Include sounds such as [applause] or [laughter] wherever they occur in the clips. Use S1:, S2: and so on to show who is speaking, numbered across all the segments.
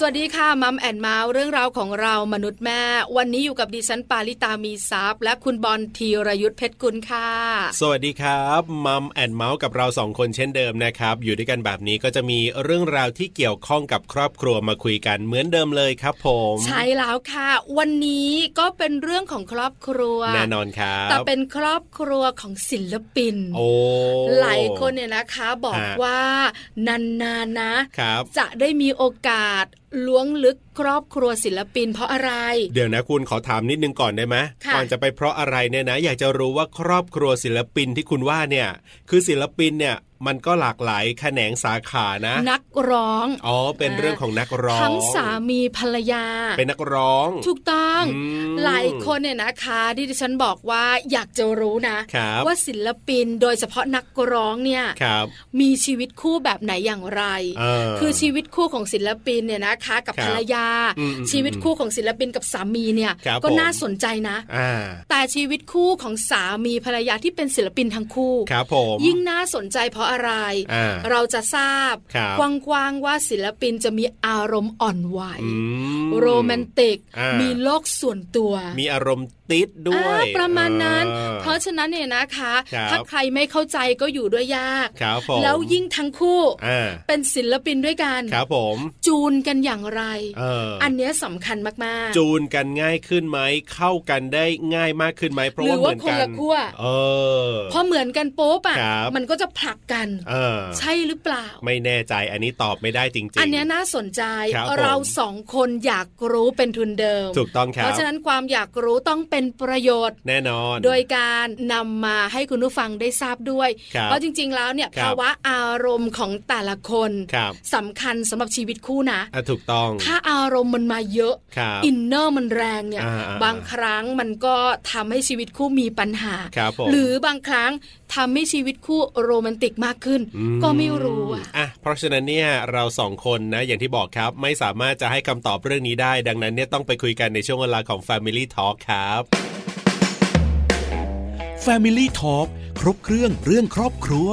S1: สวัสดีค่ะมัมแอนเมาส์เรื่องราวของเรามนุษย์แม่ วันนี้อยู่กับดิฉันปาริตามีซัพ์และคุณบอลธีรยุทธเพชรกุลค่ะ
S2: สวัสดีครับมัมแอนเมาส์กับเราสองคนเช่นเดิมนะครับ อยู่ด้วยกันแบบนี้ก็จะมีเรื่องราวที่เกี่ยวข้องกับครอบครัวมาคุยกันเหมือนเดิมเลยครับผม
S1: ใช่แล้วค่ะ วันนี้ก็เป็นเรื่องของครอบครัว
S2: แน่นอนครับ
S1: แต่เป็นครอบครัวของศิลปิน
S2: โอ้
S1: หลายคนเนี่ยนะคะบอก
S2: ฮะ
S1: ว่านานๆนะ
S2: ครับ
S1: จะได้มีโอกาสล้วงลึกครอบครัวศิลปินเพราะอะไร
S2: เดี๋ยวนะคุณขอถามนิดนึงก่อนได้ไหม
S1: ค่ะ
S2: ก่อนจะไปเพราะอะไรเนี่ยนะ อยากจะรู้ว่าครอบครัวศิลปินที่คุณว่าเนี่ย คือศิลปินเนี่ยมันก็หลากหลายแขนงสาขานะ
S1: นักร้อง
S2: อ๋อเป็นเรื่องของนักร้อง
S1: ทั้งสามีภรรยา
S2: เป็นนักร้อง
S1: ถูกต้อง
S2: อืม
S1: หลายคนเนี่ยนะคะที่ดิฉันบอกว่าอยากจะรู้นะ
S2: ครับ
S1: ว่าศิลปินโดยเฉพาะนักร้องเนี่ย
S2: ครับ
S1: มีชีวิตคู่แบบไหนอย่างไร
S2: เอ
S1: คือชีวิตคู่ของศิลปินเนี่ยนะคะ กับ
S2: ครับ
S1: ภรรยา
S2: อืมอืม
S1: ชีวิตคู่ของศิลปินกับสามีเนี่ย
S2: ครับ
S1: ก็
S2: ผม
S1: น่าสนใจนะ
S2: อ่า
S1: แต่ชีวิตคู่ของสามีภรรยาที่เป็นศิลปินทั้งคู่
S2: ครับผม
S1: ยิ่งน่าสนใจเพราะอะไร
S2: อ่า
S1: เราจะทราบ
S2: ครับ
S1: กว้างๆว่าศิลปินจะมีอารมณ์อ่อนไหว
S2: อืม
S1: โรแมนติก
S2: อ่า
S1: มี
S2: มี
S1: โลกส่วนตัว
S2: มีอารมณ์ติดด้ว
S1: อ่าย ประมาณนั้น
S2: ออ
S1: เพราะฉะนั้นเนี่ยนะคะ
S2: ครับ
S1: ถ้าใครไม่เข้าใจก็อยู่ด้วยยาก
S2: ครับผม
S1: แล้วยิ่งทั้งคู่
S2: อ่า
S1: เป็นศิลปินด้วยกัน
S2: ครับผม
S1: จูนกันอย่างไร
S2: เอออ
S1: อันเนี้ยสำคัญมากๆ
S2: จูนกันง่ายขึ้นไหมเข้ากันได้ง่ายมากขึ้นไหมเพราะ
S1: หรื
S2: ว่า
S1: อ
S2: เห
S1: ว่า
S2: มือนกั
S1: ค
S2: น
S1: นละขั้ว
S2: เออ
S1: พอเหมือนกันปุ๊บอ่ะ
S2: ครับ
S1: มันก็จะผลักกัน
S2: เออ
S1: ใช่หรือเปล่า
S2: ไม่แน่ใจอันนี้ตอบไม่ได้จริงๆ
S1: อันเนี้ยน่าสนใจ
S2: ครับผม
S1: เราสองคนอยากรู้เป็นทุนเดิม
S2: ถูกต้องค
S1: เพ
S2: รับ
S1: ราะฉะนั้นความอยากรู้ต้องเป็นประโยชน์
S2: แน่นอน
S1: โดยการนำมาให้คุณผู้ฟังได้ทราบด้วย
S2: ครับ
S1: เพราะจริง ๆ แล้วเนี่ย
S2: ครับ
S1: ภาวะอารมณ์ของแต่ละคน
S2: ครับ
S1: สำคัญสำหรับชีวิตคู่นะ
S2: อ่ะถูกต้อง
S1: ถ้าอารมณ์มันมาเยอะ
S2: ครับ
S1: อินเนอร์มันแรงเนี่ย
S2: อ่าๆ
S1: บางครั้งมันก็ทำให้ชีวิตคู่มีปัญหา
S2: ครับผม
S1: หรือบางครั้งทำให้ชีวิตคู่โรแมนติกมากขึ้น
S2: อื
S1: ก็ไม่รู้อะ
S2: อ่ะ เพราะฉะนั้นเนี่ยเราสองคนนะอย่างที่บอกครับ ไม่สามารถจะให้คำตอบเรื่องนี้ได้ ดังนั้นเนี่ยต้องไปคุยกันในช่วงเวลาของ Family Talk ครับ
S3: Family Talk ครบเครื่องเรื่องครอบครัว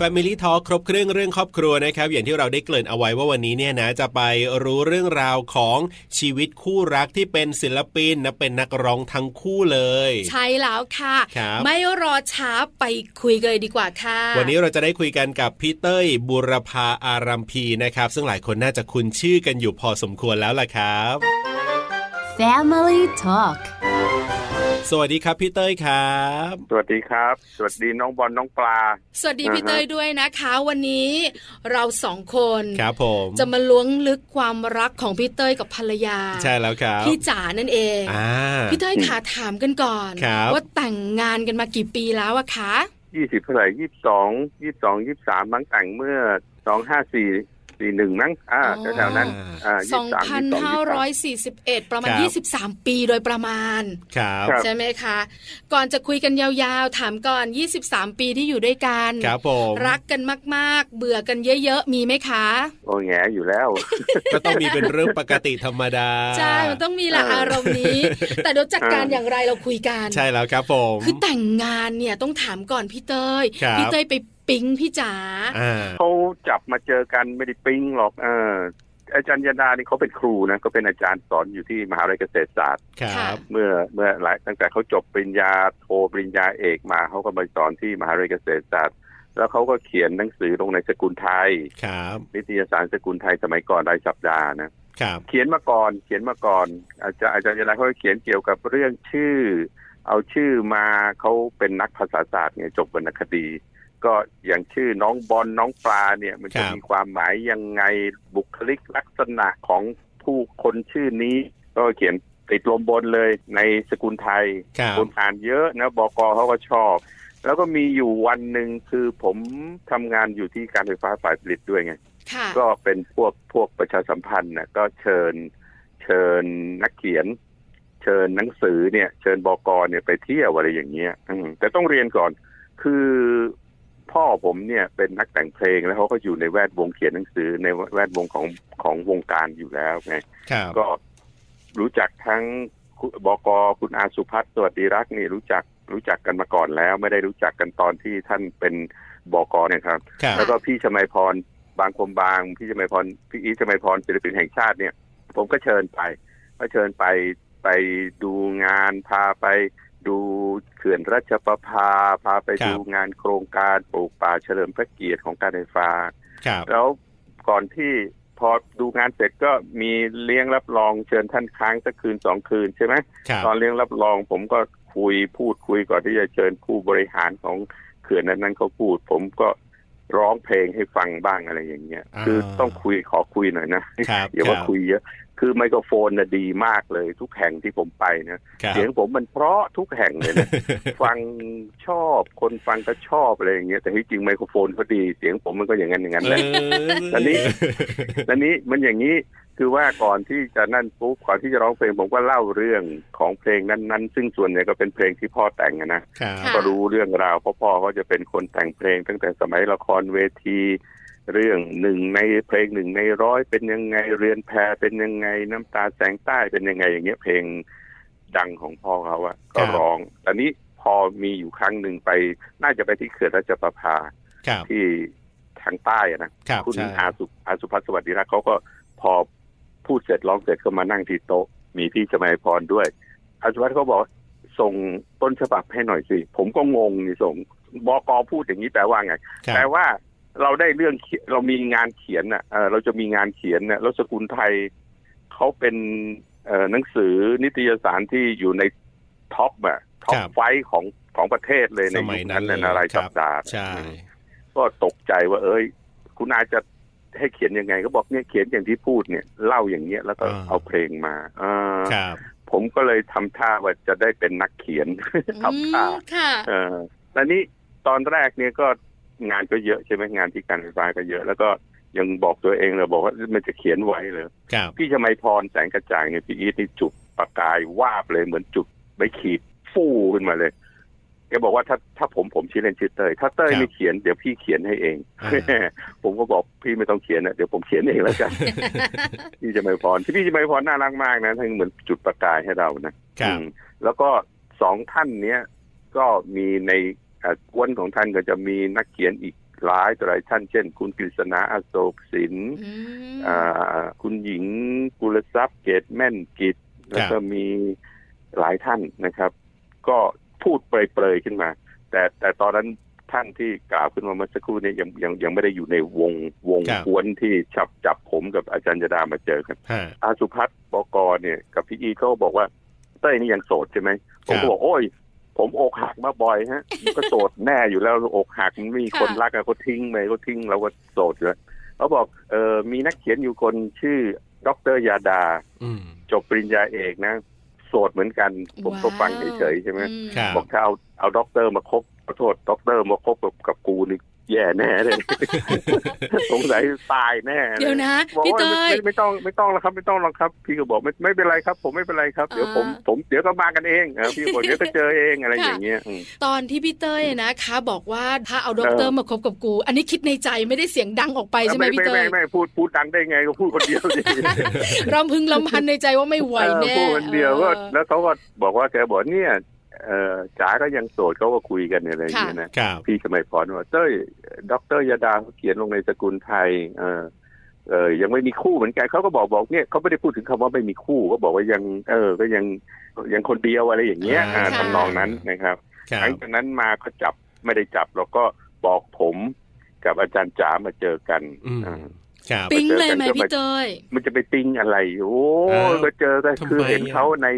S2: Family Talk ครบเครื่องเรื่องครอบครัวนะครับ อย่างที่เราได้เกริ่นเอาไว้ว่าวันนี้เนี่ยนะจะไปรู้เรื่องราวของชีวิตคู่รักที่เป็นศิลปินนะเป็นนักร้องทั้งคู่เลย
S1: ใช่แล้วค่ะ
S2: ครับ
S1: ไม่รอช้าไปคุยกันเลยดีกว่าค่ะ
S2: วันนี้เราจะได้คุยกันกับพี่เต้ยบุรพาอารัมพีนะครับ ซึ่งหลายคนน่าจะคุ้นชื่อกันอยู่พอสมควรแล้วล่ะครับ
S4: Family Talk
S2: สวัสดีครับพี่เต้ยครับ
S5: สวัสดีครับ สวัสดีน้องบอลน้องปลา
S1: สวัสดีพี่
S5: อ่าฮะ
S1: เตยด้วยนะคะ วันนี้เราสองคน
S2: ครับผม
S1: จะมาล้วงลึกความรักของพี่เต้ยกับภรรยา
S2: ใช่แล้วครับ
S1: พี่จ๋านั่นเอง
S2: อ่า
S1: พี่เต้ยขาถามกันก่อน
S2: ครับ
S1: ว่าแต่งงานกันมากี่ปีแล้วอะคะ
S5: ยี่สิบเท่าไหร่ยี่สิบสองยี่สิบสองยี่สิบสามมั้งแต่งเมื่อสองห้าสี่สี่หนึ่งมั้งอ่าแถวๆนั้นอ่า
S1: สองพันห้าร้อยสี่สิบเอ็ดประมาณ
S2: ครับ
S1: ยี่สิบสามปีโดยประมาณ
S2: ครับ
S1: ใช่ไหมคะ ก่อนจะคุยกันยาวๆ ถามก่อน 23 ปีที่อยู่ด้วยกัน
S2: ครับผม
S1: รักกันมากๆ เบื่อกันเยอะๆ มีไหมคะ
S5: โอ้แงอยู่แล้ว
S2: ก็ต้องมีเป็นเรื่องปกติธรรมดา
S1: ใช่ มันต้องมีละ
S5: เออ
S1: อารมณ์นี้ แต่เดี๋ยวจัดการ
S5: เออ
S1: อ
S5: อ
S1: ย่างไรเราคุยกัน
S2: ใช่แล้วครับผม
S1: คือแต่งงานเนี่ยต้องถามก่อนพี่เต้ย
S2: ครับ
S1: พี่เต้ยไปปิ๊งพี่จ๋า
S2: อ่า
S5: เขาจับมาเจอกันไม่ได้ปิ๊งหรอกเอออาจารย์ยดานี่เขาเป็นครูนะก็เป็นอาจารย์สอนอยู่ที่มหาวิทยาลัยเกษตรศาสตร์
S2: ครั
S1: ค่ะ
S2: บ
S5: เมื่อเมื่อหลายตั้งแต่เขาจบปริญญาโทปริญญาเอกมาเขาก็มาสอนที่มหาวิทยาลัยเกษตรศาสตร์ แล้วเขาก็เขียนหนังสือลงในสกุลไทย
S2: ครับ
S5: นิตยสารสกุลไทยสมัยก่อนรายสัปดาห์นะ
S2: ครับ
S5: เขียนมาก่อน เขียนมาก่อน อาจารย์อาจารย์ยนัยเขาเขียนเกี่ยวกับเรื่องชื่อ เอาชื่อมาเขาเป็นนักภาษาศาสตร์ไงจบวรรณคดี ก็อย่างชื่อน้องบอลน้องปลาเนี่ย มันจะมีความหมายยังไงบุคลิกลักษณะของผู้คนชื่อนี้ ก็เขียนติดลมบนเลยในสกุลไทย
S2: ครับ
S5: คนอ่านเยอะนะบกเขาก็ชอบ แล้วก็มีอยู่วันหนึ่งคือผมทำงานอยู่ที่การไฟฟ้าฝ่ายผลิตด้วยไง
S1: ค่ะ
S5: ก็เป็นพวกพวกประชาสัมพันธ์นะก็เชิญเชิญนักเขียน เชิญหนังสือเนี่ย เชิญบกเนี่ยไปเที่ยวอะไรอย่างเงี้ยอืมแต่ต้องเรียนก่อน คือพ่อผมเนี่ยเป็นนักแต่งเพลงแล้วเขาก็อยู่ในแวดวงเขียนหนังสือในแวดวงของของวงการอยู่แล้วไง
S2: ครับ
S5: ก็รู้จักทั้ง คุณบกคุณอาสุพัฒน์สวัสดีรักษ์นี่รู้จักรู้จักกันมาก่อนแล้ว ไม่ได้รู้จักกันตอนที่ท่านเป็นบกเนี่ยครับ
S2: ครับ
S5: แล้วก็พี่ชมัยพรบางคมบาง พี่ชมัยพรพี่อีทชมัยพรศิลปินแห่งชาติเนี่ย ผมก็เชิญไปก็เชิญไปไปดูงานพาไปดูเขื่อนราชประภา พาไป
S2: ครับ
S5: ดูงานโครงการปลูกป่าเฉลิมพระเกียรติของการไฟฟ้า
S2: ครับ
S5: แล้วก่อนที่พอดูงานเสร็จก็มีเลี้ยงรับรองเชิญท่านค้างสักคืนสองคืนใช่ไหม
S2: ครับ
S5: ตอนเลี้ยงรับรองผมก็คุยพูดคุยก่อนที่จะเชิญผู้บริหารของเขื่อนนั้นนั้นๆเขาพูด ผมก็ร้องเพลงให้ฟังบ้างอะไรอย่างเงี้ย
S2: อ่า
S5: คือต้องคุยขอคุยหน่อยนะครับ อย่าว่า
S2: ครับ
S5: คุยเยอะคือไมโครโฟนน่ะดีมากเลยทุกแห่งที่ผมไปนะครับ เสียงผมมันเพราะทุกแห่ง [laughs] เลยนะ ฟังชอบคนฟังก็ชอบอะไรอย่างเงี้ยแต่ที่จริงไมโครโฟนเขาดีเสียงผมมันก็อย่างนั้นอย่างนั้นแหละ อันนี้ อันนี้มันอย่างนี้คือว่าก่อนที่จะนั่นปุ๊บก่อนที่จะร้องเพลงผมก็เล่าเรื่องของเพลงนั้นๆ ซึ่งส่วนใหญ่ก็เป็นเพลงที่พ่อแต่งอะนะ
S2: ครับ
S1: ค่ะ
S5: ก็รู้เรื่องราวเพราะพ่อก็จะเป็นคนแต่งเพลง ตั้งแต่สมัยละครเวที เรื่องหนึ่งในเพลงหนึ่งในร้อยเป็นยังไงเรือนแพเป็นยังไงน้ำตาแสงใต้เป็นยังไงอย่างเงี้ยเพลงดังของพ่อเขาอะก็ร้องตอนนี้พอมีอยู่ครั้งหนึ่งไป น่าจะไปที่เขื่อนราชประภา
S2: ครับ
S5: ที่ทางใต้อะนะ
S2: ครับ
S5: คุณ
S2: ใช่
S5: อาสุอาสุพัฒน์สวัสดีรักษ์เขาก็พอพูดเสร็จร้องเสร็จก็มานั่งที่โต๊ะ มีพี่สมัยพรด้วย อาสุพัฒน์เขาบอกส่งต้นฉบับให้หน่อยสิ ผมก็งงนี่ส่งบกพูดอย่างนี้แปลว่าไง
S2: ครั
S5: แปล
S2: บ
S5: ว่าเราได้เรื่องเขียเรามีงานเขียนน่ะเอ่อเราจะมีงานเขียนน่ะแล้วสกุลไทยเขาเป็นเอ่อหนังสือนิตยสารที่อยู่ในท็อปอะท็อปไฟว์ของของประเทศเลยใน
S2: สมั
S5: ยุ
S2: ย
S5: ค
S2: นั้
S5: นั้น น
S2: เล
S5: น่ะ
S2: ย
S5: นะราย
S2: ค
S5: สั
S2: รั
S5: ป
S2: บ
S5: ดาห์
S2: ใช่
S5: ก็ตกใจว่า เอ้ย คุณอาจะให้เขียนยังไง ก็บอกเนี่ยเขียนอย่างที่พูดเนี่ยเล่าอย่างเงี้ยแล้วก็
S2: อ่า
S5: เอาเพลงมาอา
S2: ครับ
S5: ผมก็เลยทำท่าว่าจะได้เป็นนักเขียน ทำท่า
S1: อืมค่ะ
S5: เออตอนนี้ตอนแรกเนี่ยก็งานก็เยอะใช่ไหมงานที่การไฟฟ้าก็เยอะ แล้วก็ยังบอกตัวเองเลยบอกว่ามันจะเขียนไหวเลย
S2: ครับ
S5: พี่ชมัยพรแสงกระจ่างเนี่ยพี่อีทนี่จุดประกายวาบเลยเหมือนจุดไปขีดฟู่ขึ้นมาเลยแกบอกว่าถ้าถ้าผมผมชื่อเล่นชื่อเต้ยถ้าเต้ยไม่เขียนเดี๋ยวพี่เขียนให้เอง
S2: อ่า
S5: [laughs] ผมก็บอกพี่ไม่ต้องเขียนนะเดี๋ยวผมเขียนเองแล้ว [laughs] กัน พี่ชมัยพรที่พี่ชมัยพรน่ารักมากนะทั้งเหมือนจุดประกายให้เรานะครับ อืมแล้วก็สองท่านเนี้ยก็มีในเอ่อกวนของท่านก็จะมีนักเขียนอีกหลายต่อหลายท่านเช่น คุณกฤษณาอโศกสิน
S1: อืม
S5: อ่าคุณหญิงกุลทรัพย์เกตแม่นกิจ แล้วก็มีหลายท่านนะครับ ก็พูดเปรยๆขึ้นมา แต่แต่ตอนนั้นท่านที่กล่าวขึ้นมาเมื่อสักครู่นี้ยังยังยังไม่ได้อยู่ในวงวง
S2: ครับ
S5: กวนที่จับจับผมกับอาจารย์ยดามาเจอกัน
S2: ฮะ
S5: อาสุพัฒน์บกเนี่ยกับพี่อีเขาก็บอกว่าเต้ยนี่ยังโสดใช่ไหมผม
S2: ครั
S5: ก็
S2: บ
S5: บอกโอ้ย ผมอกหักมาบ่อยฮะ ก็โสดแน่อยู่แล้วอกหักมันไม่มีคน
S1: ค่ะ
S5: รักอะเขาทิ้งไปเขาทิ้งเราก็โสดอยู่แล้วเขาบอกเออมีนักเขียนอยู่คนชื่อดอกเตอรยาดา
S2: อืม
S5: จบปริญญาเอกนะ โสดเหมือนกัน ผมก็ฟังเฉยๆใช่ไหม
S1: อืม
S2: ครับ
S5: บอกถ้าเอาเอาด็อกเตอร์มาคบขอโทษด็อกเตอร์มาคบกับกับกูนี่แย่แน่
S1: [laughs]
S5: เลย สงสัยตายแน่ล
S1: เดี๋ยวนะ
S5: บอก
S1: พี่
S5: ว่า
S1: เต
S5: ไม่
S1: ย
S5: ไม่ไม่ต้องไม่ต้องแล้วครับไม่ต้องหรอกครับ พี่ก็บอกไม่ไม่เป็นไรครับ ผมไม่เป็นไรครับเดี๋ยว
S1: อ่า
S5: ผมผมเดี๋ยวก็มากันเองเออพี่ก็บอกเดี๋ยวก็เจอเองอะไรอย่างเงี้ยอืม
S1: ตอนที่พี่เต้ยนะคะบอกว่าถ้าเอาด็อกเตอร์
S5: เออ
S1: มาคบกับกู อันนี้คิดในใจไม่ได้เสียงดังออกไปใช่ไหม
S5: ไม่
S1: พี่
S5: ไม่
S1: เต้
S5: ไม่
S1: ย
S5: ไม่พูดพูดดังได้ไงก็พูดคนเดียวสิ
S1: รำพึงรำพันในใจว่าไม่ [laughs] ไหวแน่
S5: เออพูดคนเดียวก็
S1: ออ
S5: แล้วเขาก็บอกว่าแกบอกเนี่ยเออจ๋าก็ยังโสดเขาก็คุยกันอะไรอย่างเงี้ยนะ
S2: ครับ
S5: พี่สมัยพรว่าเต้ยด็อกเตอร์ยาดาเขาเขียนลงในสกุลไทย เออเออยังไม่มีคู่เหมือนกันเขาก็บอกบอกเนี่ยเขาไม่ได้พูดถึงคำว่าไม่มีคู่ก็บอกว่ายัง เออ ก็ยังยังคนเดียวอะไรอย่างเงี้ยอ่า
S1: ค่ะ
S5: ทำนองนั้นนะครับ
S2: ครั
S5: หลั
S2: บ
S5: งจากนั้นมาก็จับไม่ได้จับเราก็บอกผมกับอาจารย์จ๋ามาเจอกัน
S2: อืม
S5: อ่า
S2: ครับ
S1: ปิ๊งเลยไหม
S5: เจอกัน
S1: พี่เต้ย
S5: มันจะไปติ้งอะไร โอ้
S2: อ้าว
S5: มาเจอก็
S2: ทำไม
S5: คือเห็น
S2: อ่ะ
S5: เขาใน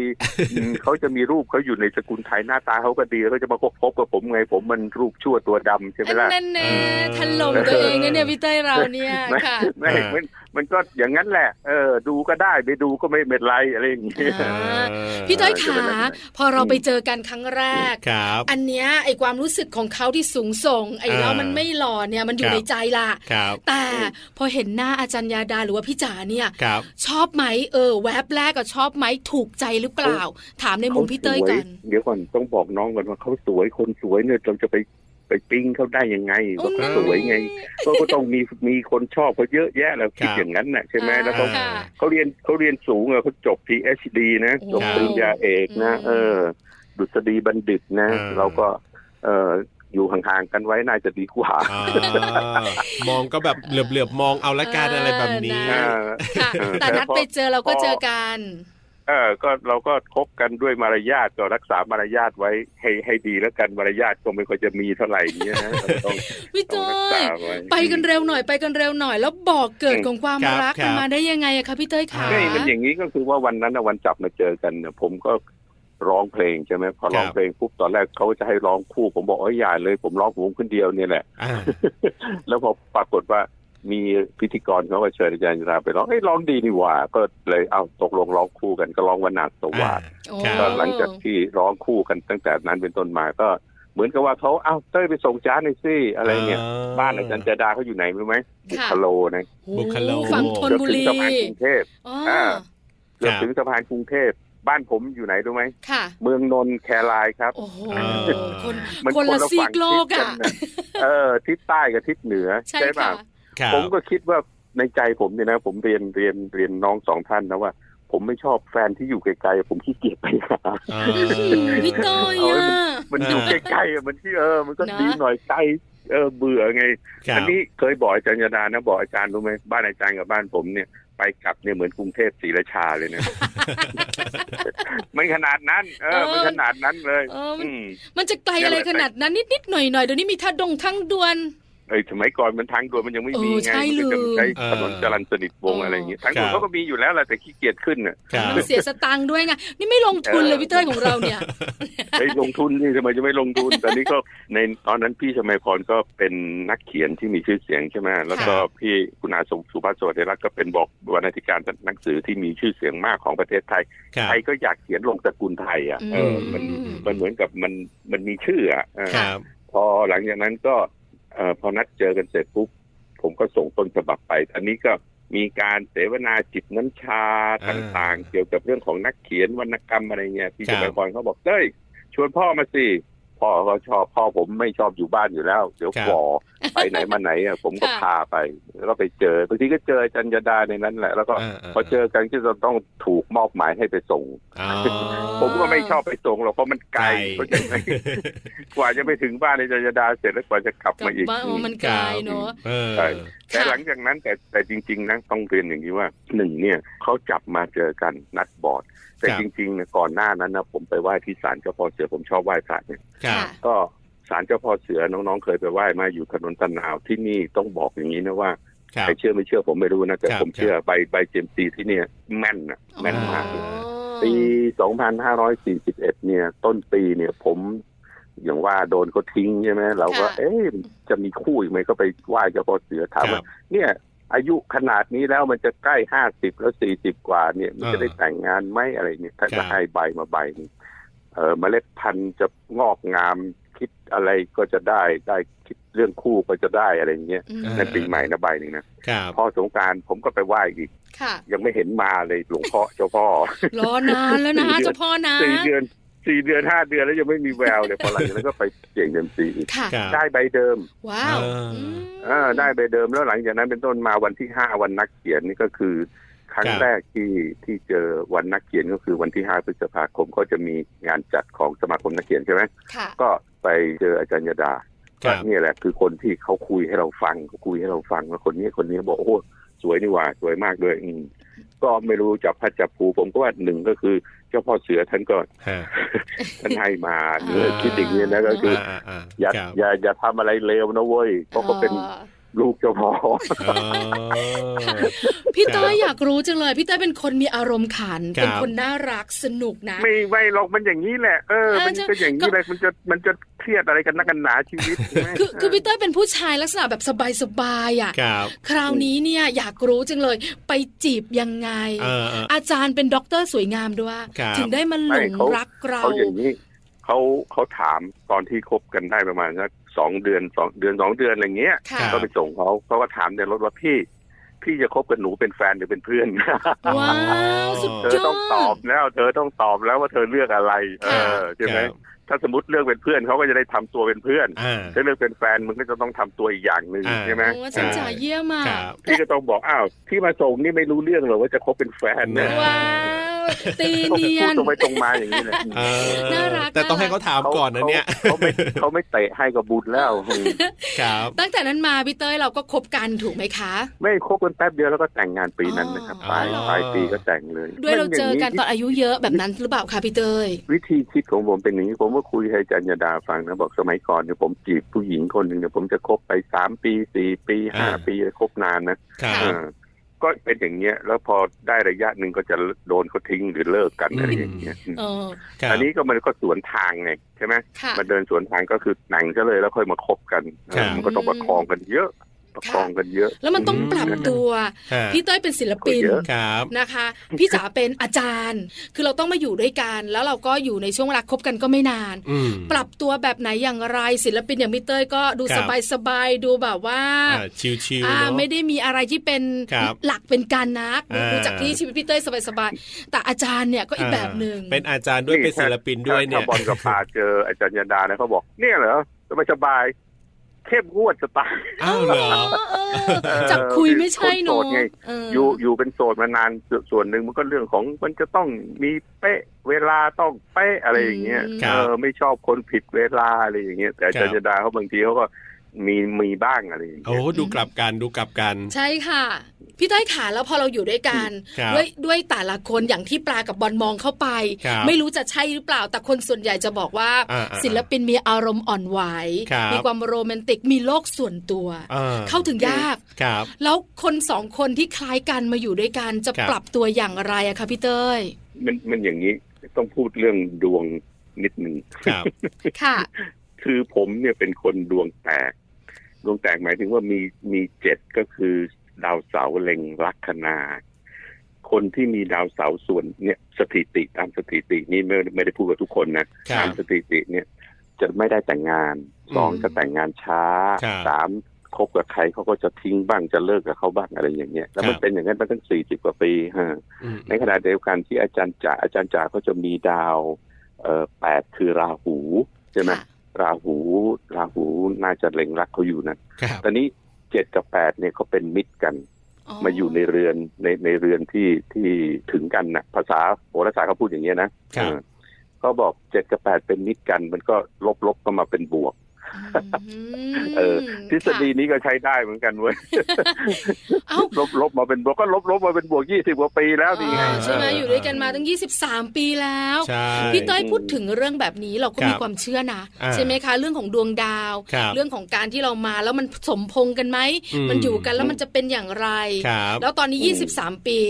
S5: อืมเขาจะมีรูปเขาอยู่ในสกุลไทยหน้าตาเขาก็ดีแล้วก็จะมาพบกับผมไง ผมมันรูปชั่วตัวดำใช่ไหมล่ะ
S1: นั่นแน่
S2: เออ
S1: ถล่มตัวเองนะเนี่ยพี่เต้ยเราเนี่ย
S5: ไม่
S1: ค่ะ
S5: ไม่
S2: อ่ามั
S5: มันมันก็อย่างนั้นแหละ เออ ดูก็ได้ไปดูก็ไม่เป็นไรอะไรอย่างเงี้ย
S1: อ่า
S2: เออ
S1: พี่เต้ย
S5: เออ
S1: ขา
S5: จะเป็นแบบไหน
S1: พอเราไปเจอกันครั้งแรก
S2: ครับ
S1: อันเนี้ยไอความรู้สึกของเขาที่สูงส่ง ไอ
S2: อ่า
S1: เรามันไม่หล่อเนี่ยมันอ
S2: ครั
S1: ยู่
S2: บ
S1: ในใจล่ะ
S2: ครับ
S1: แต่พอเห็นหน้าอาจารย์ยาดาหรือว่าพี่จ๋าเนี่ย
S2: ครับ
S1: ชอบไหมเออ แวบแรกก็ชอบไหมถูกใจหรือเปล่า ถามในมุมพี่เต้ยก่อน
S5: ขาสวยเดี๋ยวก่อนต้องบอกน้องก่อนว่าเขาสวยคนสวยเนี่ยเราจะไป ไปปิ๊งเขาได้ยังไง
S1: โอ้
S5: ว่า
S1: ย
S5: เขาสวยไงก็ก็ต้องมีมีคนชอบเขาเยอะแยะเราคิด
S2: ครับ
S5: อย่างนั้นน่ะใช่ไหมแล้วเขา
S1: อ่าค่ะ
S5: เขาเรียนเขาเรียนสูงอะเขาจบ PhD นะ
S1: โอ้
S5: จบปริญญาเอกนะ
S1: อืม
S5: เออ ดุษฎีบัณฑิตนะ
S2: อ่า
S5: เราก็ เอออยู่ห่างๆกันไว้น่าจะดีกว่า
S1: [laughs]
S2: อ่ามองก็แบบเหลือบๆมองเอาละกันอะไรแบบนี้
S1: เอ ค่ะ
S5: เออ
S1: แต่นัด
S5: แต่พอ
S1: ไปเจอเราก็เจอกัน
S5: เออก็เราก็คบกันด้วยมารยาทก็รักษามารยาทไว้ให้ให้ดีแล้วกันมารยาทก็ไม่ค่อยจะมีเท่าไหร่
S1: [laughs]
S5: เนี้ยนะเราต้อง
S1: พี่
S5: ต้
S1: จ้
S5: อง
S1: อ
S5: รัก
S1: ย
S5: ษาไว้
S1: ไปกันเร็วหน่อยไปกันเร็วหน่อยแล้วบอกเกิดของความ
S2: ครับ
S1: รัก
S2: ครั
S1: มัน
S2: บ
S1: มาได้ยังไงอะคะพี่เต้ยขา
S2: ใช่
S5: ใช่มันอย่างนี้ก็คือว่าวันนั้นนะวันจับมาเจอกันเนี่ยผมก็ร้องเพลงใช่ไหมพอร้อง
S2: ครับ
S5: เพลงปุ๊บตอนแรกเขาจะให้ร้องคู่ผมบอกเอ้ยอย่าเลย ผมร้องผมคนเดียวเนี่ยแหละ
S2: อ่า
S5: แล้วพอปรากฏว่ามีพิธีกรเขาก็เชิญอาจารย์จิราไปร้องเอ้ยร้องดีนี่หว่า ก็เลยเอาตกลงร้องคู่กันก็ร้องวันหนักสวัสด
S1: โอ้
S2: ครับ
S5: ก็หลังจากที่ร้องคู่กันตั้งแต่นั้นเป็นต้นมาก็เหมือนกับว่าเขาเอ้าเต้ยไปส่งจ้าหน่อยสิอะไรเนี่ย บ้านอาจารย์จดาเขาอยู่ไหนรู้ไหมบุ
S1: ค่ะ
S5: คโลนะ
S1: โอ้โห
S2: บุคโล
S1: ฝั่งธนบุ
S5: เกือบถึง
S1: รี
S5: สะพานกรุงเทพ
S1: อ๋อ
S5: เกือ
S2: ค
S5: บ
S2: รับ
S5: ถึงสะพานกรุงเทพบ้านผมอยู่ไหนรู้ไหม
S1: ค่ะ
S5: เมืองนนท์แครายครับ
S1: โอ้โห
S2: อ่า
S1: คน
S5: มั
S1: คนละซีกโลก
S5: ทิศ
S1: อ่ะ
S5: นน่เออทิศใต้กับทิศเหนือ
S1: ใช่ค่ะ
S5: ป่ะ
S2: ครับ
S5: ผมก็คิดว่าในใจผมเนี่ยนะ ผมเรียนเรียนเรียนน้องสองท่านนะว่า ผมไม่ชอบแฟนที่อยู่ไกลๆผมขี้เกียจไปหา
S2: อ่า
S1: พี่เต้ยอ่ะ
S5: มันอยู่
S2: เออ
S5: ใกล้ๆอ่ะมันที่เออ มันก็
S1: นะ
S5: ดีหน่อยไกลเออเบื่อไง
S2: ครับ
S5: อันี้เคยบอกอาจารย์ยดานะบอกอาจารย์รู้ไหมบ้านอาจารย์กับบ้านผมเนี่ยไปกลับเนี่ยเหมือนกรุงเทพศรีราชาเลย
S1: [laughs]
S5: นะ มันขนาดนั้น เออ มันขนาดนั้นเลย
S1: เออมัน
S5: อืม
S1: มันจะไกลอะไรขนาดนั้นนิดๆหน่อยๆเดี๋ยวนี้มีท่าดงทั้งดวน
S5: เอ้ยสมัยก่อนมันทางด่วนมันยังไม่มี
S1: เออ
S5: ไง
S1: ใช่
S5: มันก็จะ
S1: ลืม
S5: ใช้ถนนจรัญสนิทวงศ์อะไรอย่างเงี้ยทางด่วน
S2: ครับ
S5: เขาก็มีอยู่แล้วแหละแต่ขี้เกียจขึ้นอ่ะ
S2: ครับ
S1: มันเสียสตังค์ด้วยไงนี่ไม่ลงทุนเลยพี่เต้ยของเราเนี่ย
S5: ไปลงทุนนี่ทำไมจะไม่ลงทุน แต่นี่ก็ในตอนนั้นพี่สมัยพรก็เป็นนักเขียนที่มีชื่อเสียงใช่ไหมแล้วก็พี่คุณอาสมสุภาสวัสดิรักษ์ก็เป็นบอกวรรณาธิการหนังสือที่มีชื่อเสียงมากของประเทศไทย
S2: ครั
S5: ใคร
S2: บ
S5: ก็อยากเขียนลงตระกูลไทยอ่ะเออมัน
S1: อืม
S5: มันเหมือนกับมันมันมีชื่ออ่ะเออ
S2: ครับ
S5: พอหลังจากนั้นก็เออพอนัดเจอกันเสร็จปุ๊บผมก็ส่งต้นฉบับไป อันนี้ก็มีการเสวนาจิตน้ำชาต่างๆ เกี่ยวกับเรื่องของนักเขียนวรรณกรรมอะไรเงี้ยพี่
S2: ครั
S5: จ
S2: บ
S5: ตุพรเขาบอกเต้ยชวนพ่อมาสิพ่อเขาชอบพ่อผมไม่ชอบอยู่บ้านอยู่แล้ว เดี๋ยว
S2: ครับ
S5: ก่อไปไหนมาไหนอ่ะผมก็
S1: ค่ะ
S5: พาไปแล้วก็ไปเจอบางทีก็เจออาจันยดาในนั้นแหละแล้วก็ พอเจอกันก็จะต้องถูกมอบหมายให้ไปส่ง
S2: อ๋อ
S5: ผมก็ไม่ชอบไปส่งหรอกเพราะมันไกล
S2: ไกล
S5: เพราะฉะนั้นกว่าจะไปถึงบ้านในจยดาเสร็จแล้วกว่าจะกลับ
S1: กลั
S5: มา
S1: บ
S5: อีก
S1: บ้านโอ้มันไกลเนาะ
S2: เออ
S5: ใช่ แต่
S1: ค่ะ
S5: หลังจากนั้นแต่แต่จริงๆนะต้องเรียนอย่างนี้ว่าหนึ่งเนี่ยเขาจับมาเจอกันนัดบอร์ด แต่
S2: ครับ
S5: จริงๆเนี่ยก่อนหน้านั้นนะผมไปไหว้ที่ศาลเจ้าพ่อเสือผมชอบไหว้พระเนี่ย
S2: ครับ
S5: ก็ศาลเจ้าพ่อเสือน้องๆเคยไปไหว้มาอยู่ถนนตะนาวที่นี่ต้องบอกอย่างนี้นะว่า
S2: ครับ
S5: ใครเชื่อไม่เชื่อผมไม่รู้นะแต่
S2: ครับ
S5: ผมเชื่อใบใบเจมซีที่เนี่ยแม่นนะแม่นมากเลย
S2: อ๋อ
S5: ปี 2541 เนี่ย ต้นปีเนี่ยผม อย่างว่าโดนเขาทิ้งใช่ไหมเราก็
S1: ค่ะ
S5: เอ๊ะจะมีคู่อีกไหมก็ไปไหว้เจ้าพ่อเสือถาม
S2: ครั
S5: ว่า
S2: บ
S5: เนี่ย อายุขนาดนี้แล้วมันจะใกล้ 50 แล้ว 40 กว่า เนี่ย มัน
S2: เออ
S5: จะได้แต่งงานไหมอะไรเนี่ยท่าน
S2: ครั
S5: ก็
S2: บ
S5: ให้ใบมาใบหนึ่งเออเมล็ดพันธุ์จะงอกงามคิดอะไรก็จะได้ได้คิดเรื่องคู่ก็จะได้อะไรอย่างเงี้ย
S1: อืม
S2: เออ
S5: ในนปีใหม่นะใบหนึ่งนะครับ พอสงกรารผมก็ไปไหว้อีก
S1: ค่ะ
S5: ยังไม่เห็นมาเลยหลวงพ่อเจ้าพ่อ
S1: รอนานแล้วนะ
S5: สี่เดือน
S1: เจ้าพ่อนะ
S5: สี่เดือนสี่เดือนห้าเดือนแล้วยังไม่มีแวว
S2: [laughs]
S5: เลยพอหลังจากนั้นก็ไปเสี่ยงเซมซีอีก
S1: ค่ะ
S2: ครับ
S5: ได้ใบเดิม
S1: ว้าว
S2: เอออื
S1: ม
S5: เออได้ใบเดิมแล้วหลังจากนั้นเป็นต้นมาวันที่ห้าวันนักเขียนนี่ก็คือ ครั้ง
S2: ครับ
S5: แรกที่ที่เจอวันนักเขียนก็คือวันที่ห้าพฤษภาคมก็จะมีงานจัดของสมาคมนักเขียนใช่ไหม
S1: ค่ะ
S5: ก็ไปเจออาจารย์ยดา
S2: ครับ
S5: เนี่ยแหละคือคนที่เขาคุยให้เราฟังเขาคุยให้เราฟังว่าคนนี้คนนี้บอกโอ้โหสวยนี่หว่าสวยมากเลยอืมก็ไม่รู้จับพัดจับผูผมก็ว่าหนึ่งก็คือ เจ้าพ่อเสือท่านก็
S2: ฮะ
S5: ท่านให้มา
S1: อ่า
S5: เออคิดอย่างนี้นะก็คือ
S2: าา
S5: อย่า
S2: ครับ
S5: อย่าอย่าทำอะไรเลวนะเว้ยเพราะเขาเป็น
S1: ออ
S5: ลูกเจ้าพ่อ [laughs]
S2: อ๋อ
S1: พี่เต้
S2: ครั
S1: ย
S2: บ
S1: อยากรู้จังเลย พี่เต้ยเป็นคนมีอารมณ์ขัน
S2: ครับ
S1: เป็นคนน่ารักสนุกนะ
S5: ไม่ไม่หรอกมันอย่างนี้แหละเออ
S1: เออ
S5: มัน
S1: ใช่
S5: ก็อย่างนี้แหละมันจะมันจะเครียดอะไรกันนักกันหนาชี
S1: [laughs]
S5: วิตใช่ไหม
S1: คือคือพี่เต้ยเป็นผู้ชายลักษณะแบบสบายๆอ่ะ
S2: ครับ
S1: คราวนี้เนี่ยอยากรู้จังเลย ไปจีบยังไง
S2: เออเออ
S1: อาจารย์เป็นด็อกเตอร์สวยงามด้วย
S2: ครับ
S1: ถึงได้มาหลงรักเรา
S5: เขาอย่างนี้เขาเขาถามตอนที่คบกันได้ประมาณสักสองเดือนสองเดือนสองเดือนอะไรเงี้ย
S1: ค่ะ
S5: ก็ไปส่งเขาเขาก็ถามในรถว่าพี่ พี่จะคบกับหนูเป็นแฟนหรือเป็นเพื่อน
S1: ว้าวสุด
S5: เธ
S1: ย
S5: อ
S1: อ
S5: ต้องตอ
S1: ด
S5: บแล้ว เธอต้องตอบแล้วว่าเธอเลือกอะไร เออใช่ไหม
S2: ครับ
S5: ถ้าสมมติเลือกเป็นเพื่อนเขาก็จะได้ทำตัวเป็นเพื่อน
S2: อ่า
S5: ถ้าเลือกเป็นแฟนมึงก็จะต้องทำตัวอีกอย่างหนึ่ง
S2: อ่า
S5: ใช่ไหม
S1: โอ้อาจารย์จ๋าเยี่ยมอ่ะ
S2: ครับ
S5: พี่ก็ต้องบอกอ้าวที่มาส่งนี่ไม่รู้เรื่องหรอกว่าจะคบเป็นแฟนนะ
S2: ว้
S1: ว้าวตี
S5: เขา
S1: เนีย
S5: พูด
S1: น
S5: ตรงไปตรงมาอย่างนี้เลย
S2: เออ
S1: น่ารัก
S2: แต่ต้องให้
S1: น่ารัก
S2: เขาถามก่อนนะเนี่ย
S5: เขาไม่เขาไม่เตะให้กับบุญแล้ว
S2: ครับ
S1: ตั้งแต่นั้นมาพี่เต้ยเราก็คบกันถูกไหมคะ
S5: ไม่คบกันแป๊บเดียวแล้วก็แต่งงานปีนั้นนะครับ
S2: อ๋อ
S5: ปลายปลายปีก็แต่งเลย
S1: ด้วยเราเจอกันต
S5: มั
S1: อนอายุเยอะแบบนั้นหรือเปล่าคะพี่เต้ย
S5: วิธีคิดของผมเป็นอย่างนี้ผมก็คุยให้จันยดาฟังนะบอกสมัยก่อนเนี่ยผมจีบผู้หญิงคนหนึ่งเนี่ยผมจะคบไปสามปีสี่ปีห้า
S2: อ่า
S5: ปีคบนานนะครับ เออก็เป็นอย่างเงี้ย แล้วพอได้ระยะหนึ่งก็จะโดนเขาทิ้งหรือเลิกกันอะไรอย่างเงี้ย
S1: เออ
S2: ครับ
S5: อันนี้ก็มันก็สวนทางไงใช่ไหม
S1: ค่ะ
S5: มันเดินสวนทางก็คือหนังซะเลยแล้วค่อยมาคบกันเออมันก็ต้องประคองกันเยอะ ประคองกันเยอะ
S1: แล้วมันต้องปรับตัว
S2: ฮะ
S1: พี่เต้ยเป็นศิลปิน
S5: เยอะ
S2: ครับ
S1: นะคะ พี่จ๋าเป็นอาจารย์ คือเราต้องมาอยู่ด้วยกัน แล้วเราก็อยู่ในช่วงเวลาคบกันก็ไม่นาน
S2: อืม
S1: ปรับตัวแบบไหนอย่างไรศิลปินอย่างพี่เต้ยก็ดู
S2: ค
S1: ส
S2: รับ
S1: บายสบายๆดูแบบว่า
S2: อ่าชิวๆ
S1: อ่า
S2: เนาะ
S1: ไม่ได้มีอะไรที่เป็น
S2: ครับ
S1: หลักเป็นการนัก
S2: อ่า
S1: ดูจากที่ชีวิตพี่เต้ยสบายๆแต่อาจารย์เนี่ยก็อีกแบบหนึ่ง
S2: อ่าเป็นอาจารย์ด้วยเป็นศิลปิน
S5: ถ้า
S2: ด้วยเนี่ย
S5: ถ้าบอลกับป่าเจออาจารย์ยดาเนี่ยเขาบอกเนี่ยเหรอสบายสบายๆเข้มงวดจะตาย
S2: อ้าวเหรอ
S1: เออจับคุยไม่ใช่เน
S5: คนโส
S1: อะ
S5: ดไง
S1: เ
S5: อยู่อยู่เป็นโสดมานานส่วนส่วนหนึ่งมันก็เรื่องของมันจะต้องมีเป๊ะเวลาต้องเป๊ะอะไรอย่างเงี้ย
S1: อืม
S5: เออไม่ชอบคนผิดเวลาอะไรอย่างเงี้ยแต่อาจารย์
S2: ครั
S5: ย
S2: บ
S5: ดาเขาบางทีเขาก็มีมีบ้างอะไรอย่าง
S2: โอ้
S5: เงี้ย
S2: ดูกลับกันดูกลับกัน
S1: ใช่ค่ะ พี่ต้อยขาแล้วพอเราอยู่ด้วยกัน
S2: ครับ
S1: ด้วยด้วยแต่ละคนอย่างที่ปลากับบอลมองเข้าไป
S2: ครับ
S1: ไม่รู้จะใช่หรือเปล่า แต่คนส่วนใหญ่จะบอกว่า
S2: อ่าๆ
S1: ศิลปินมีอารมณ์อ่อนไหว
S2: ครับ
S1: มีความโรแมนติกมีโลกส่วนตัว
S2: อ่
S1: เข้าถึงยาก
S2: ครับ
S1: แล้วคนสองคนที่คล้ายกันมาอยู่ด้วยกันจะ
S2: ครับ
S1: ปรับตัวอย่างไรอะคะพี่เต้ย
S5: มันมันอย่างนี้ต้องพูดเรื่องดวงนิดหนึ่ง
S2: ครับ
S1: ค่ะ
S5: คือผมเนี่ยเป็นคนดวงแตก ดวงแตกหมายถึงว่ามีมีเจ็ดก็คือดาวเสาร์เล็งลัคนา คนที่มีดาวเสาร์ส่วนเนี่ยสถิติตามสถิตินี่ไม่ไม่ได้พูดกับทุกคนนะครับตามสถิติเนี่ยจะไม่ได้แต่งงานสอง
S2: อืม
S5: จะแต่งงานช้า
S2: ครับ
S5: สามคบกับใครเขาก็จะทิ้งบ้างจะเลิกกับเขาบ้างอะไรอย่างเงี้ยแล้วมันเป็นอย่างนั้นมาตั้งสี่สิบกว่าปีฮะ
S2: อืม
S5: ในขณะเดียวกันที่อาจารย์จ๋าอาจารย์จ๋าก็จะมีดาวเอ่อแปดคือราหูใช่ไหม
S1: ค่ะ
S5: ราหูราหูน่าจะเล็งรักเขาอยู่นะครับ ตอนนี้เจ็ดกับแปดเนี่ยเขาเป็นมิตรกัน มาอยู่ในเรือนในในเรือนที่ที่ถึงกันนะภาษาโหราศาสตร์เขาพูดอย่างเงี้ยนะครับ เออเขาบอกเจ็ดกับแปดเป็นมิตรกัน มันก็ลบลบๆก็มาเป็นบวก
S1: อืม
S5: เออ ทฤษฎี
S1: ค่ะ
S5: นี้ก็ใช้ได้เหมือนกันเว้ย
S1: เอ้า
S5: ลบลบมาเป็นบวกก็ลบลบมาเป็นบวกยี่สิบกว่าปีแล้วนี่ไง
S1: อ๋อใช่ไหม
S2: เออ
S1: อ
S2: อ
S1: ยู่ด้วยกันมาตั้ง 23 ปีแล้ว
S2: ใช่
S1: พี่เต้ยพูดถึงเรื่องแบบนี้เราก็
S2: ครับ
S1: มีความเชื่อนะ
S2: อ่า
S1: ใช่ไหมคะ เรื่องของดวงดาว
S2: ครับ
S1: เรื่องของการที่เรามาแล้วมันสมพงกันไหม
S2: อืม
S1: มันอยู่กันแล้วมันจะเป็นอย่างไร
S2: ครับ
S1: แล้วตอนนี้
S5: อืม
S1: 23 ปี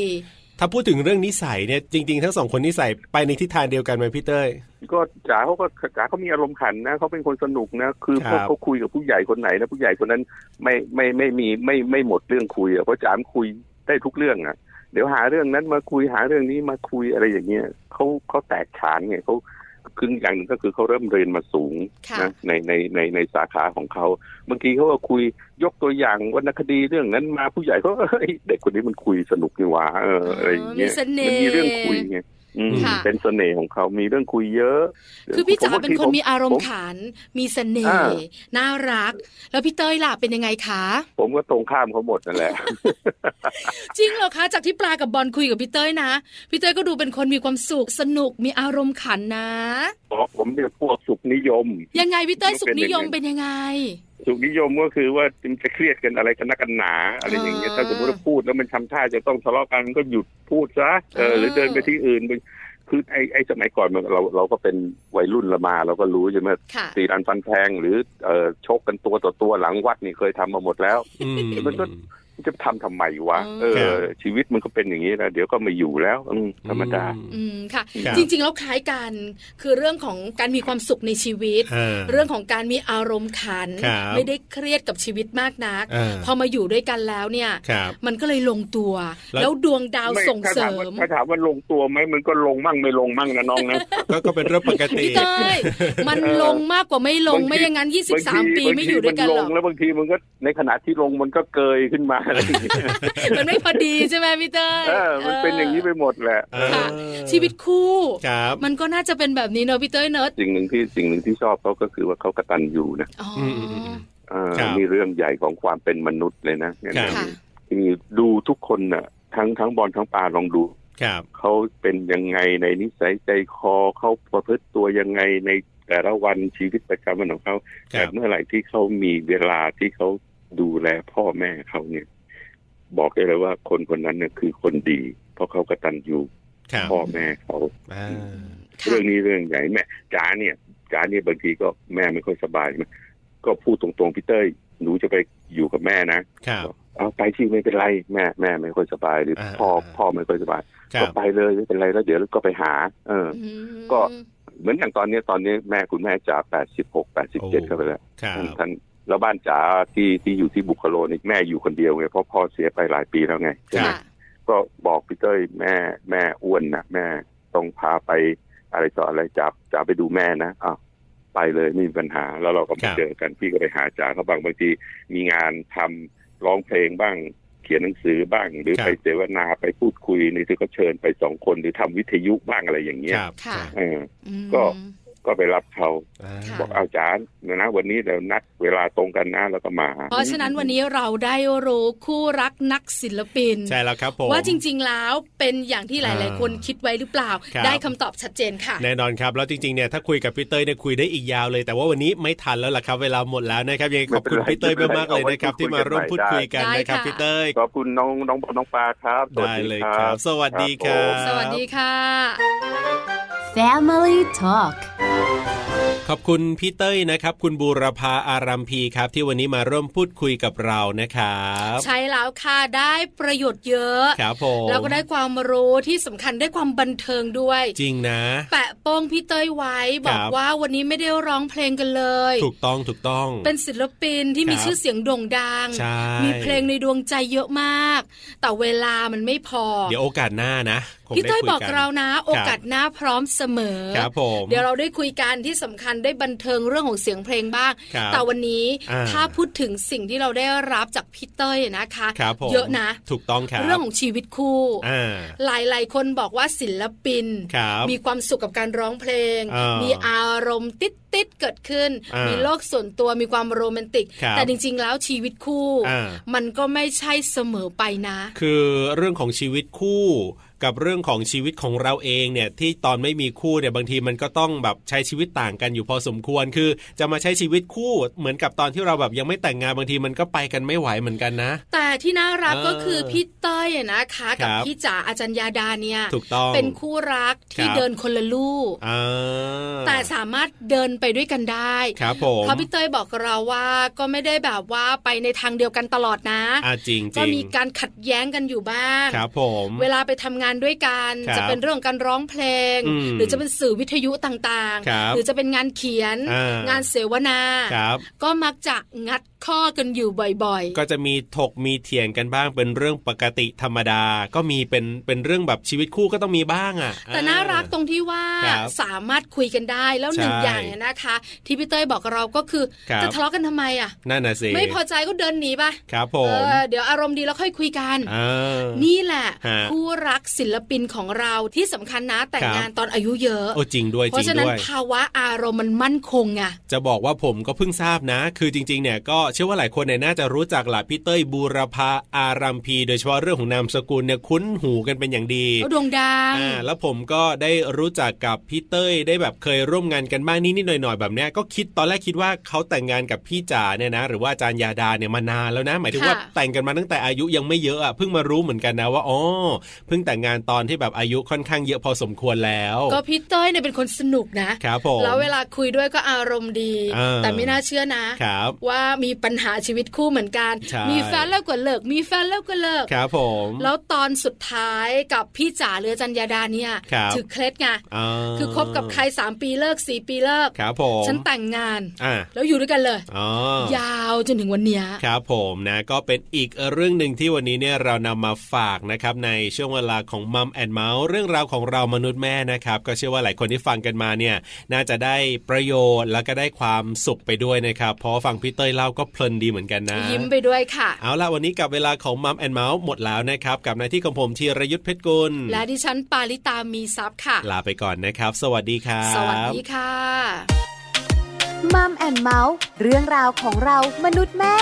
S2: ถ้าพูดถึงเรื่องนิสัยเนี่ยจริง ๆ ทั้งสองคนนิสัยไปในทิศทางเดียวกันไหมพี่เต้ย
S5: ก็จ๋าเขาก็จ๋าเขามีอารมณ์ขันนะเขาเป็นคนสนุกนะคือ
S2: ค
S5: พ
S2: รั
S5: ว
S2: บ
S5: กเขาคุยกับผู้ใหญ่คนไหนนะผู้ใหญ่คนนั้นไม่ไม่ไม่มีไม่ไม่หมดเรื่องคุยอ่ะเพราะจ๋ามนคุยได้ทุกเรื่องอ่ะ เดี๋ยวหาเรื่องนั้นมาคุยหาเรื่องนี้มาคุยอะไรอย่างเงี้ยเขาเขาแตกฉานไงเขาคืออย่างหนึ่งก็คือเขาเริ่มเรียนมาสูง
S1: ค่ะ
S5: นะในในในในสาขาของเขาบางทีเขาก็คุยยกตัวอย่างวรรณคดีเรื่องนั้นมาผู้ใหญ่เขาก็เฮ้ยเด็กคนนี้มันคุยสนุกนี่หว่าเอออะไรอย่างเงี้ย
S1: อ๋อมีเสน่ห์
S5: มัมีเรื่องคุยไง อืม
S1: ค่ะ
S5: เป็นเสน่ห์ของเขามีเรื่องคุยเยอะ
S1: คือพี่จ๋า
S5: ผว่
S1: เป็นคน
S5: ที่ผ
S1: มีอารม
S5: ผ
S1: ณ์
S5: ม
S1: ขัน มีเสน่
S5: อ่า
S1: ห์น่ารัก แล้วพี่เต้ยล่ะเป็นยังไงคะ
S5: ผมก็ตรงข้ามเขาหมดนั่นแหละ [laughs]
S1: จริงเหรอคะ จากที่ปลากับบอลคุยกับพี่เต้ยนะ พี่เต้ยก็ดูเป็นคนมีความสุขสนุกมีอารมณ์ขันนะ
S5: ผมผมเนี่ยพวกสุขนิยม
S1: ยังไงพี่เต้ยสุขนิยม
S5: มัน
S1: เป็
S5: เป็
S1: น
S5: น
S1: ยังไง
S5: สุขนิยมก็คือว่ามันจะเครียดกันอะไรกันนักกันหนาอะไรอย่างเงี้ย
S1: อ่า
S5: ถ้าสมมติว่าพูดแล้วมันทำท่าจะต้องทะเลาะกันก็หยุดพูดซะเอ
S1: เอ
S5: อ
S1: อ
S5: หรือเดินไปที่อื่นไปคือไอ้ไอ้สมัยก่อนมันเราเราก็เป็นวัยรุ่นละมา เราก็รู้ใช่ไหม
S1: ค่ะ
S5: ตีรันฟันแทงหรือเออชกกันตัวต่อตัวหลังวัดนี่เคยทำมาหมดแล้ว
S2: อืม
S5: มันก็ จะทำทำไมวะเอ
S2: ครั
S5: อบ ชีวิตมันก็เป็นอย่างนี้นะเดี๋ยวก็ไมาอยู่แล้วอืมธรรมดา
S1: อืมค่ะ
S2: ครับ
S1: จริงๆแล้วคล้ายกัน คือเรื่องของการมีความสุขในชีวิต
S2: อ่า
S1: เรื่องของการมีอารมณ์ขัน
S2: ครับ
S1: ไม่ได้เครียดกับชีวิตมากนัก
S2: อ่า
S1: พอมาอยู่ด้วยกันแล้วเนี่ย
S2: ครับ
S1: มันก็เลยลงตัว
S2: แล้ว
S1: แล้วดวงดาว
S5: ไม่
S1: ส่งเสริ
S5: ถ้าถามว่าม ถ้าถามว่าลงตัวไหมมันก็ลงมั่งไม่ลงมั่งนะน้องนะ
S2: ก็ก็เป็นเรื่องปกติ
S1: พี่เต้ยมัน
S5: เออ
S1: ลงมากกว่าไม่ลง
S5: บางที
S1: ไม่อย่างนั้น
S5: บางที
S1: 23 ปีไม่อยู่ด้วยกัน
S5: บางที
S1: หร
S5: มัล
S1: อง ก
S5: แล้วบางทีมันก็ในขณะที่ลงมันก็เกยขึ้นมา อะไรอย่างเงี้ย
S1: มันไม่พอดีใช่ไหมพี่เต้ย
S5: เออมันเป็นอย่างนี้ไปหมดแหละ
S2: เออ
S1: ค่ะ ชีวิตคู่
S2: ครับ
S1: มันก็น่าจะเป็นแบบนี้เนอะพี่เต้ยเนอะ
S5: สิ่งหนึ่งที่สิ่งหนึ่งที่ชอบเขาก็คือว่าเขากระตันอยู่นะ
S1: อ๋อ
S2: ม
S5: เออ
S2: ครับ
S5: นี่เรื่องใหญ่ของความเป็นมนุษย์เลยนะ
S2: ครั
S1: ค่ะ
S2: บ
S5: คือดูทุกคนน่ะ ทั้งทั้งบอลทั้งปลาลองดู
S2: ครับ
S5: เขาเป็นยังไงในนิสัยใจคอเขาประพฤติตัวยังไงในแต่ละวันชีวิตประจำวันของเขา
S2: ค
S5: แต่
S2: รับ
S5: เมื่อไหร่ที่เขามีเวลาที่เขาดูแลพ่อแม่เขาเนี่ย บอกได้เลยว่าคนคนนั้นเนี่ยคือคนดี เพราะเขากระตันอยู่
S2: ครับ
S5: พ่อแม่เขา
S2: อ่า
S1: ค่ะ
S5: เรื่องนี้เรื่องใหญ่แม่จ๋าเนี่ยจ๋าเนี่ยบางทีก็แม่ไม่ค่อยสบายนะก็พูดตรงๆพี่เต้ยหนูจะไปอยู่กับแม่นะครับ เอาไปที่ไม่เป็นไรแม่แม่ไม่ค่อยสบายหรืออา พ่อ
S2: อ่า
S5: พ่อไม่ค่อยสบาย
S2: ครั
S5: ก็
S2: บ
S5: ไปเลยไม่เป็นไรแล้วเดี๋ยวก็ไปหา เออ
S1: อืม
S5: ก็ เหมือนอย่างตอนนี้ตอนนี้แม่คุณแม่จ๋าแปดสิบหกแปดสิบเจ็ดเข้าไปแล้ว
S2: ครับ
S5: ท่านแล้วบ้านจ๋าที่ที่อยู่ที่บุคโลนี่แม่อยู่คนเดียวไงเพราะพ่อเสียไปหลายปีแล้วไงใช่ไหม
S1: ค่ะ
S5: ก็บอกพี่เต้ยแม่แม่อ้วนนะแม่ต้องพาไป อะไรต่ออะไรจ๋าจ๋าไปดูแม่นะอ้าวไปเลยไม่มีปัญหาแล้วเราก็ไปเจอกันพี่ก็ไปหาจ๋าเขาบางบางทีมีงานทำร้องเพลงบ้าง เขียนหนังสือบ้าง หรือไปเสวนาไปพูดคุยนี่ที่เขาเชิญไปสองคนหรือทำวิทยุบ้างอะไรอย่างเงี้
S2: ค
S5: ย
S2: รับ
S1: ค่ะ
S5: เออ
S1: อืม
S5: ก็ ก็ไปรับเขา
S2: อ่า
S1: ค่ะ
S5: บอกเอาจารย์นะ วันนี้เรานัดเวลาตรงกันนะแล้วก็มา
S1: เพราะฉะนั้นวันนี้เราได้รู้คู่รักนักศิลปิน
S2: ใช่แล้วครับผม
S1: ว่าจริงๆแล้วเป็นอย่างที่หลาย
S2: อ่า
S1: ๆ คนคิดไว้หรือเปล่า
S2: ครับ
S1: ได้คำตอบชัดเจนค่ะ
S2: แน่นอนครับ แล้วจริงๆเนี่ยถ้าคุยกับพี่เต้ยเนี่ยคุยได้อีกยาวเลย แต่ว่าวันนี้ไม่ทันแล้วล่ะครับ เวลาหมดแล้วนะครับยังไงขอบคุณพี่เต้ยมากๆเลยนะครับที่มาร่วมพูดคุยกันนะครับพี่เต้ย
S5: ขอบคุณน้องน้องน้องปลาครับสวัส
S2: ได้เลยค
S5: บ
S2: รับ สวัสดีครับ
S1: สวัสดีค่ะ
S4: Family Talk
S2: ขอบคุณพี่เต้ยนะครับ คุณบูรพาอารัมพีครับ ที่วันนี้มาร่วมพูดคุยกับเรานะครับ
S1: ใช่แล้วค่ะได้ประโยชน์เยอะ
S2: ครับผม
S1: แล้วก็ได้ความรู้ที่สำคัญได้ความบันเทิงด้วย
S2: จริงนะ
S1: แปะโป้งพี่เต้ยไว้บอก
S2: ครับ
S1: ว่าวันนี้ไม่ได้ร้องเพลงกันเลย
S2: ถูกต้องถูกต้อง
S1: เป็นศิลปินที่มี
S2: ครับ
S1: ชื่อเสียงโด่งดัง
S2: ใช่
S1: มีเพลงในดวงใจเยอะมาก แต่เวลามันไม่พอ
S2: เดี๋ยวโอกาสหน้านะคง
S1: พี่
S2: ได้
S1: เต้ย
S2: คุ
S1: บอก
S2: น
S1: เรานะ โอกาสหน้าพร้อมเสมอ
S2: ครับผม
S1: เดี๋ยวเราได้คุยกันที่สำคัญได้บันเทิงเรื่องของเสียงเพลงบ้าง
S2: ครับ
S1: แต่วันนี้
S2: อ่า
S1: ถ้าพูดถึงสิ่งที่เราได้รับจากพี่เต้ยนะคะ
S2: ครับผม
S1: เยอะนะ
S2: ถูกต้องครับ
S1: เรื่องของชีวิตคู่
S2: อ่า
S1: หลาย ๆ คนบอกว่าศิลปิน
S2: ครับ
S1: มีความสุขกับการร้องเพลง
S2: อ่ามี
S1: มีอารมณ์ติดติดๆเกิดขึ้น
S2: อ่า
S1: มี
S2: มี
S1: โลกส่วนตัวมีความโรแมนติก
S2: ครับ
S1: แต่จริง ๆ แล้วชีวิตคู่
S2: อ่า
S1: มันก็ไม่ใช่เสมอไปนะ
S2: คือเรื่องของชีวิตคู่ กับเรื่องของชีวิตของเราเองเนี่ยที่ตอนไม่มีคู่เนี่ยบางทีมันก็ต้องแบบใช้ชีวิตต่างกันอยู่พอสมควร คือ จะมาใช้ชีวิตคู่เหมือนกับตอนที่เราแบบยังไม่แต่งงานบางทีมันก็ไปกันไม่ไหวเหมือนกันนะ
S1: แต่ที่น่ารัก
S2: เออ
S1: ก็คือพี่เต้ยนะคะ กับ
S2: ครับ
S1: พี่จ๋าอาจารย์ยาดาเนี่ย
S2: ถูกต้อง
S1: เป็นคู่รักที่
S2: ครับ
S1: เดินคนละลู่
S2: อ่า
S1: แต่สามารถเดินไปด้วยกันได้
S2: ครับผม
S1: เพราะพี่เต้ยบอกเราว่าก็ไม่ได้แบบว่าไปในทางเดียวกันตลอดนะ
S2: อ่าจริงจ
S1: ก็
S2: ริง
S1: มีการขัดแย้งกันอยู่บ้าง
S2: ครับผม
S1: เวลาไปทำงานด้วยกัน
S2: ครับ
S1: จะเป็นเรื่องการร้องเพลง
S2: อืม
S1: หรือจะเป็นสื่อวิทยุต่าง
S2: ครับ
S1: ๆ หรือจะเป็นงานเขียน
S2: อ่าง
S1: งานเสวนา
S2: ครับ
S1: ก็มักจะงัดข้อกันอยู่บ่อย
S2: ก็จะมีถกมีเถียงกันบ้างเป็นเรื่องปกติธรรมดา ก็มีเป็นเป็นเรื่องแบบชีวิตคู่ก็ต้องมีบ้างอ่ะ
S1: แต่น่ารักตรงที่ว่า
S2: ครับ
S1: สามารถคุยกันได้แล้วหนึ่ง
S2: ใช่
S1: อย่างเนี่ยนะคะ ที่พี่เต้ยบอกเราก็คือ
S2: ครับ
S1: จะทะเลาะกันทำไมอ่ะ
S2: นั่นน่ะสิ
S1: ไม่พอใจก็เดินหนีไป
S2: ครับผ
S1: เอ
S2: ม
S1: อเดี๋ยวอารมณ์ดีแล้วค่อยคุยกัน
S2: อ่า
S1: นี่แหละ
S2: ฮะ
S1: คู่รักศิลปินของเราที่สำคัญนะแต่ง
S2: ครับ
S1: งานตอนอายุเยอะ
S2: โอ้จริงด้วย
S1: เพราะ
S2: จริง
S1: ฉะนั้น
S2: ด้วย
S1: ภาวะอารมณ์มันมั่นคงไง
S2: จะบอกว่าผมก็เพิ่งทราบนะ คือจริงๆ เนี่ยก็เชื่อว่าหลายคนเนี่ยน่าจะรู้จักหละพี่เต้ยบูรพาอารัมพี โดยเฉพาะเรื่องของนามสกุลเนี่ยคุ้นหูกันเป็นอย่างดี
S1: โด่งดัง
S2: อ่าแล้วผมก็ได้รู้จักกับพี่เต้ยได้แบบเคยร่วมงานกันบ้างนิดๆหน่อยๆแบบเนี้ยก็คิดตอนแรกคิดว่าเขาแต่งงานกับพี่จ๋าเนี่ยนะ หรือว่าอาจารย์ยาดาเนี่ยมานานแล้วนะ หมายถึงว่า
S1: ค่ะ
S2: แต่งกันมาตั้งแต่อายุยังไม่เยอะอ่ะเพิ่งมารู้เหมือนกันนะว่าอ๋อเพิ่งแต่งงานตอนที่แบบอายุค่อนข้างเยอะพอสมควรแล้ว
S1: ก็พี่เต้ยเนี่ยเป็นคนสนุกนะ
S2: ครับผม
S1: แล้วเวลาคุยด้วยก็อารมณ์ดี
S2: เออ
S1: แต่ไม่น่าเชื่อนะ
S2: ครับ
S1: ว่ามีปัญหาชีวิตคู่เหมือนกัน
S2: ใช่
S1: มีแฟนแล้วก็เลิก มีแฟนแล้วก็เลิก
S2: ครับผม
S1: แล้วตอนสุดท้ายกับพี่จ๋าเรือจันยาดาเนี่ย
S2: ครับ
S1: ถือเคล็ดไง
S2: อ่า
S1: คือคบกับใคร 3 ปีเลิก 4 ปีเลิก
S2: ครับผม
S1: ฉันแต่งงาน
S2: อ่า
S1: แล้วอยู่ด้วยกันเลย
S2: อ๋อย
S1: าวจนถึงวันเนี้ย
S2: ครับผมนะก็เป็นอีกเรื่องหนึ่งที่วันนี้เนี่ยเรานำมาฝากนะครับในช่วงเวลาข ของมัมแอนเมาส์เรื่องราวของเรามนุษย์แม่นะครับ ก็เชื่อว่าหลายคนที่ฟังกันมาเนี่ย น่าจะได้ประโยชน์แล้วก็ได้ความสุขไปด้วยนะครับ เพราะฟังพี่เต้ยเล่าก็เพลินดีเหมือนกันนะ
S1: ยิ้มไปด้วยค่ะ
S2: เอาล่ะวันนี้กับเวลาของมัมแอนเมาส์หมดแล้วนะครับ กับหน้าที่ของผมธีรยุทธเพชรกุล
S1: และดิฉันปาริตามีซัพ์ค่ะ
S2: ลาไปก่อนนะครับ สวัสดีครับ
S1: สวัสดีค่ะ
S4: มัมแอนเมาส์เรื่องราวของเรามนุษย์แม่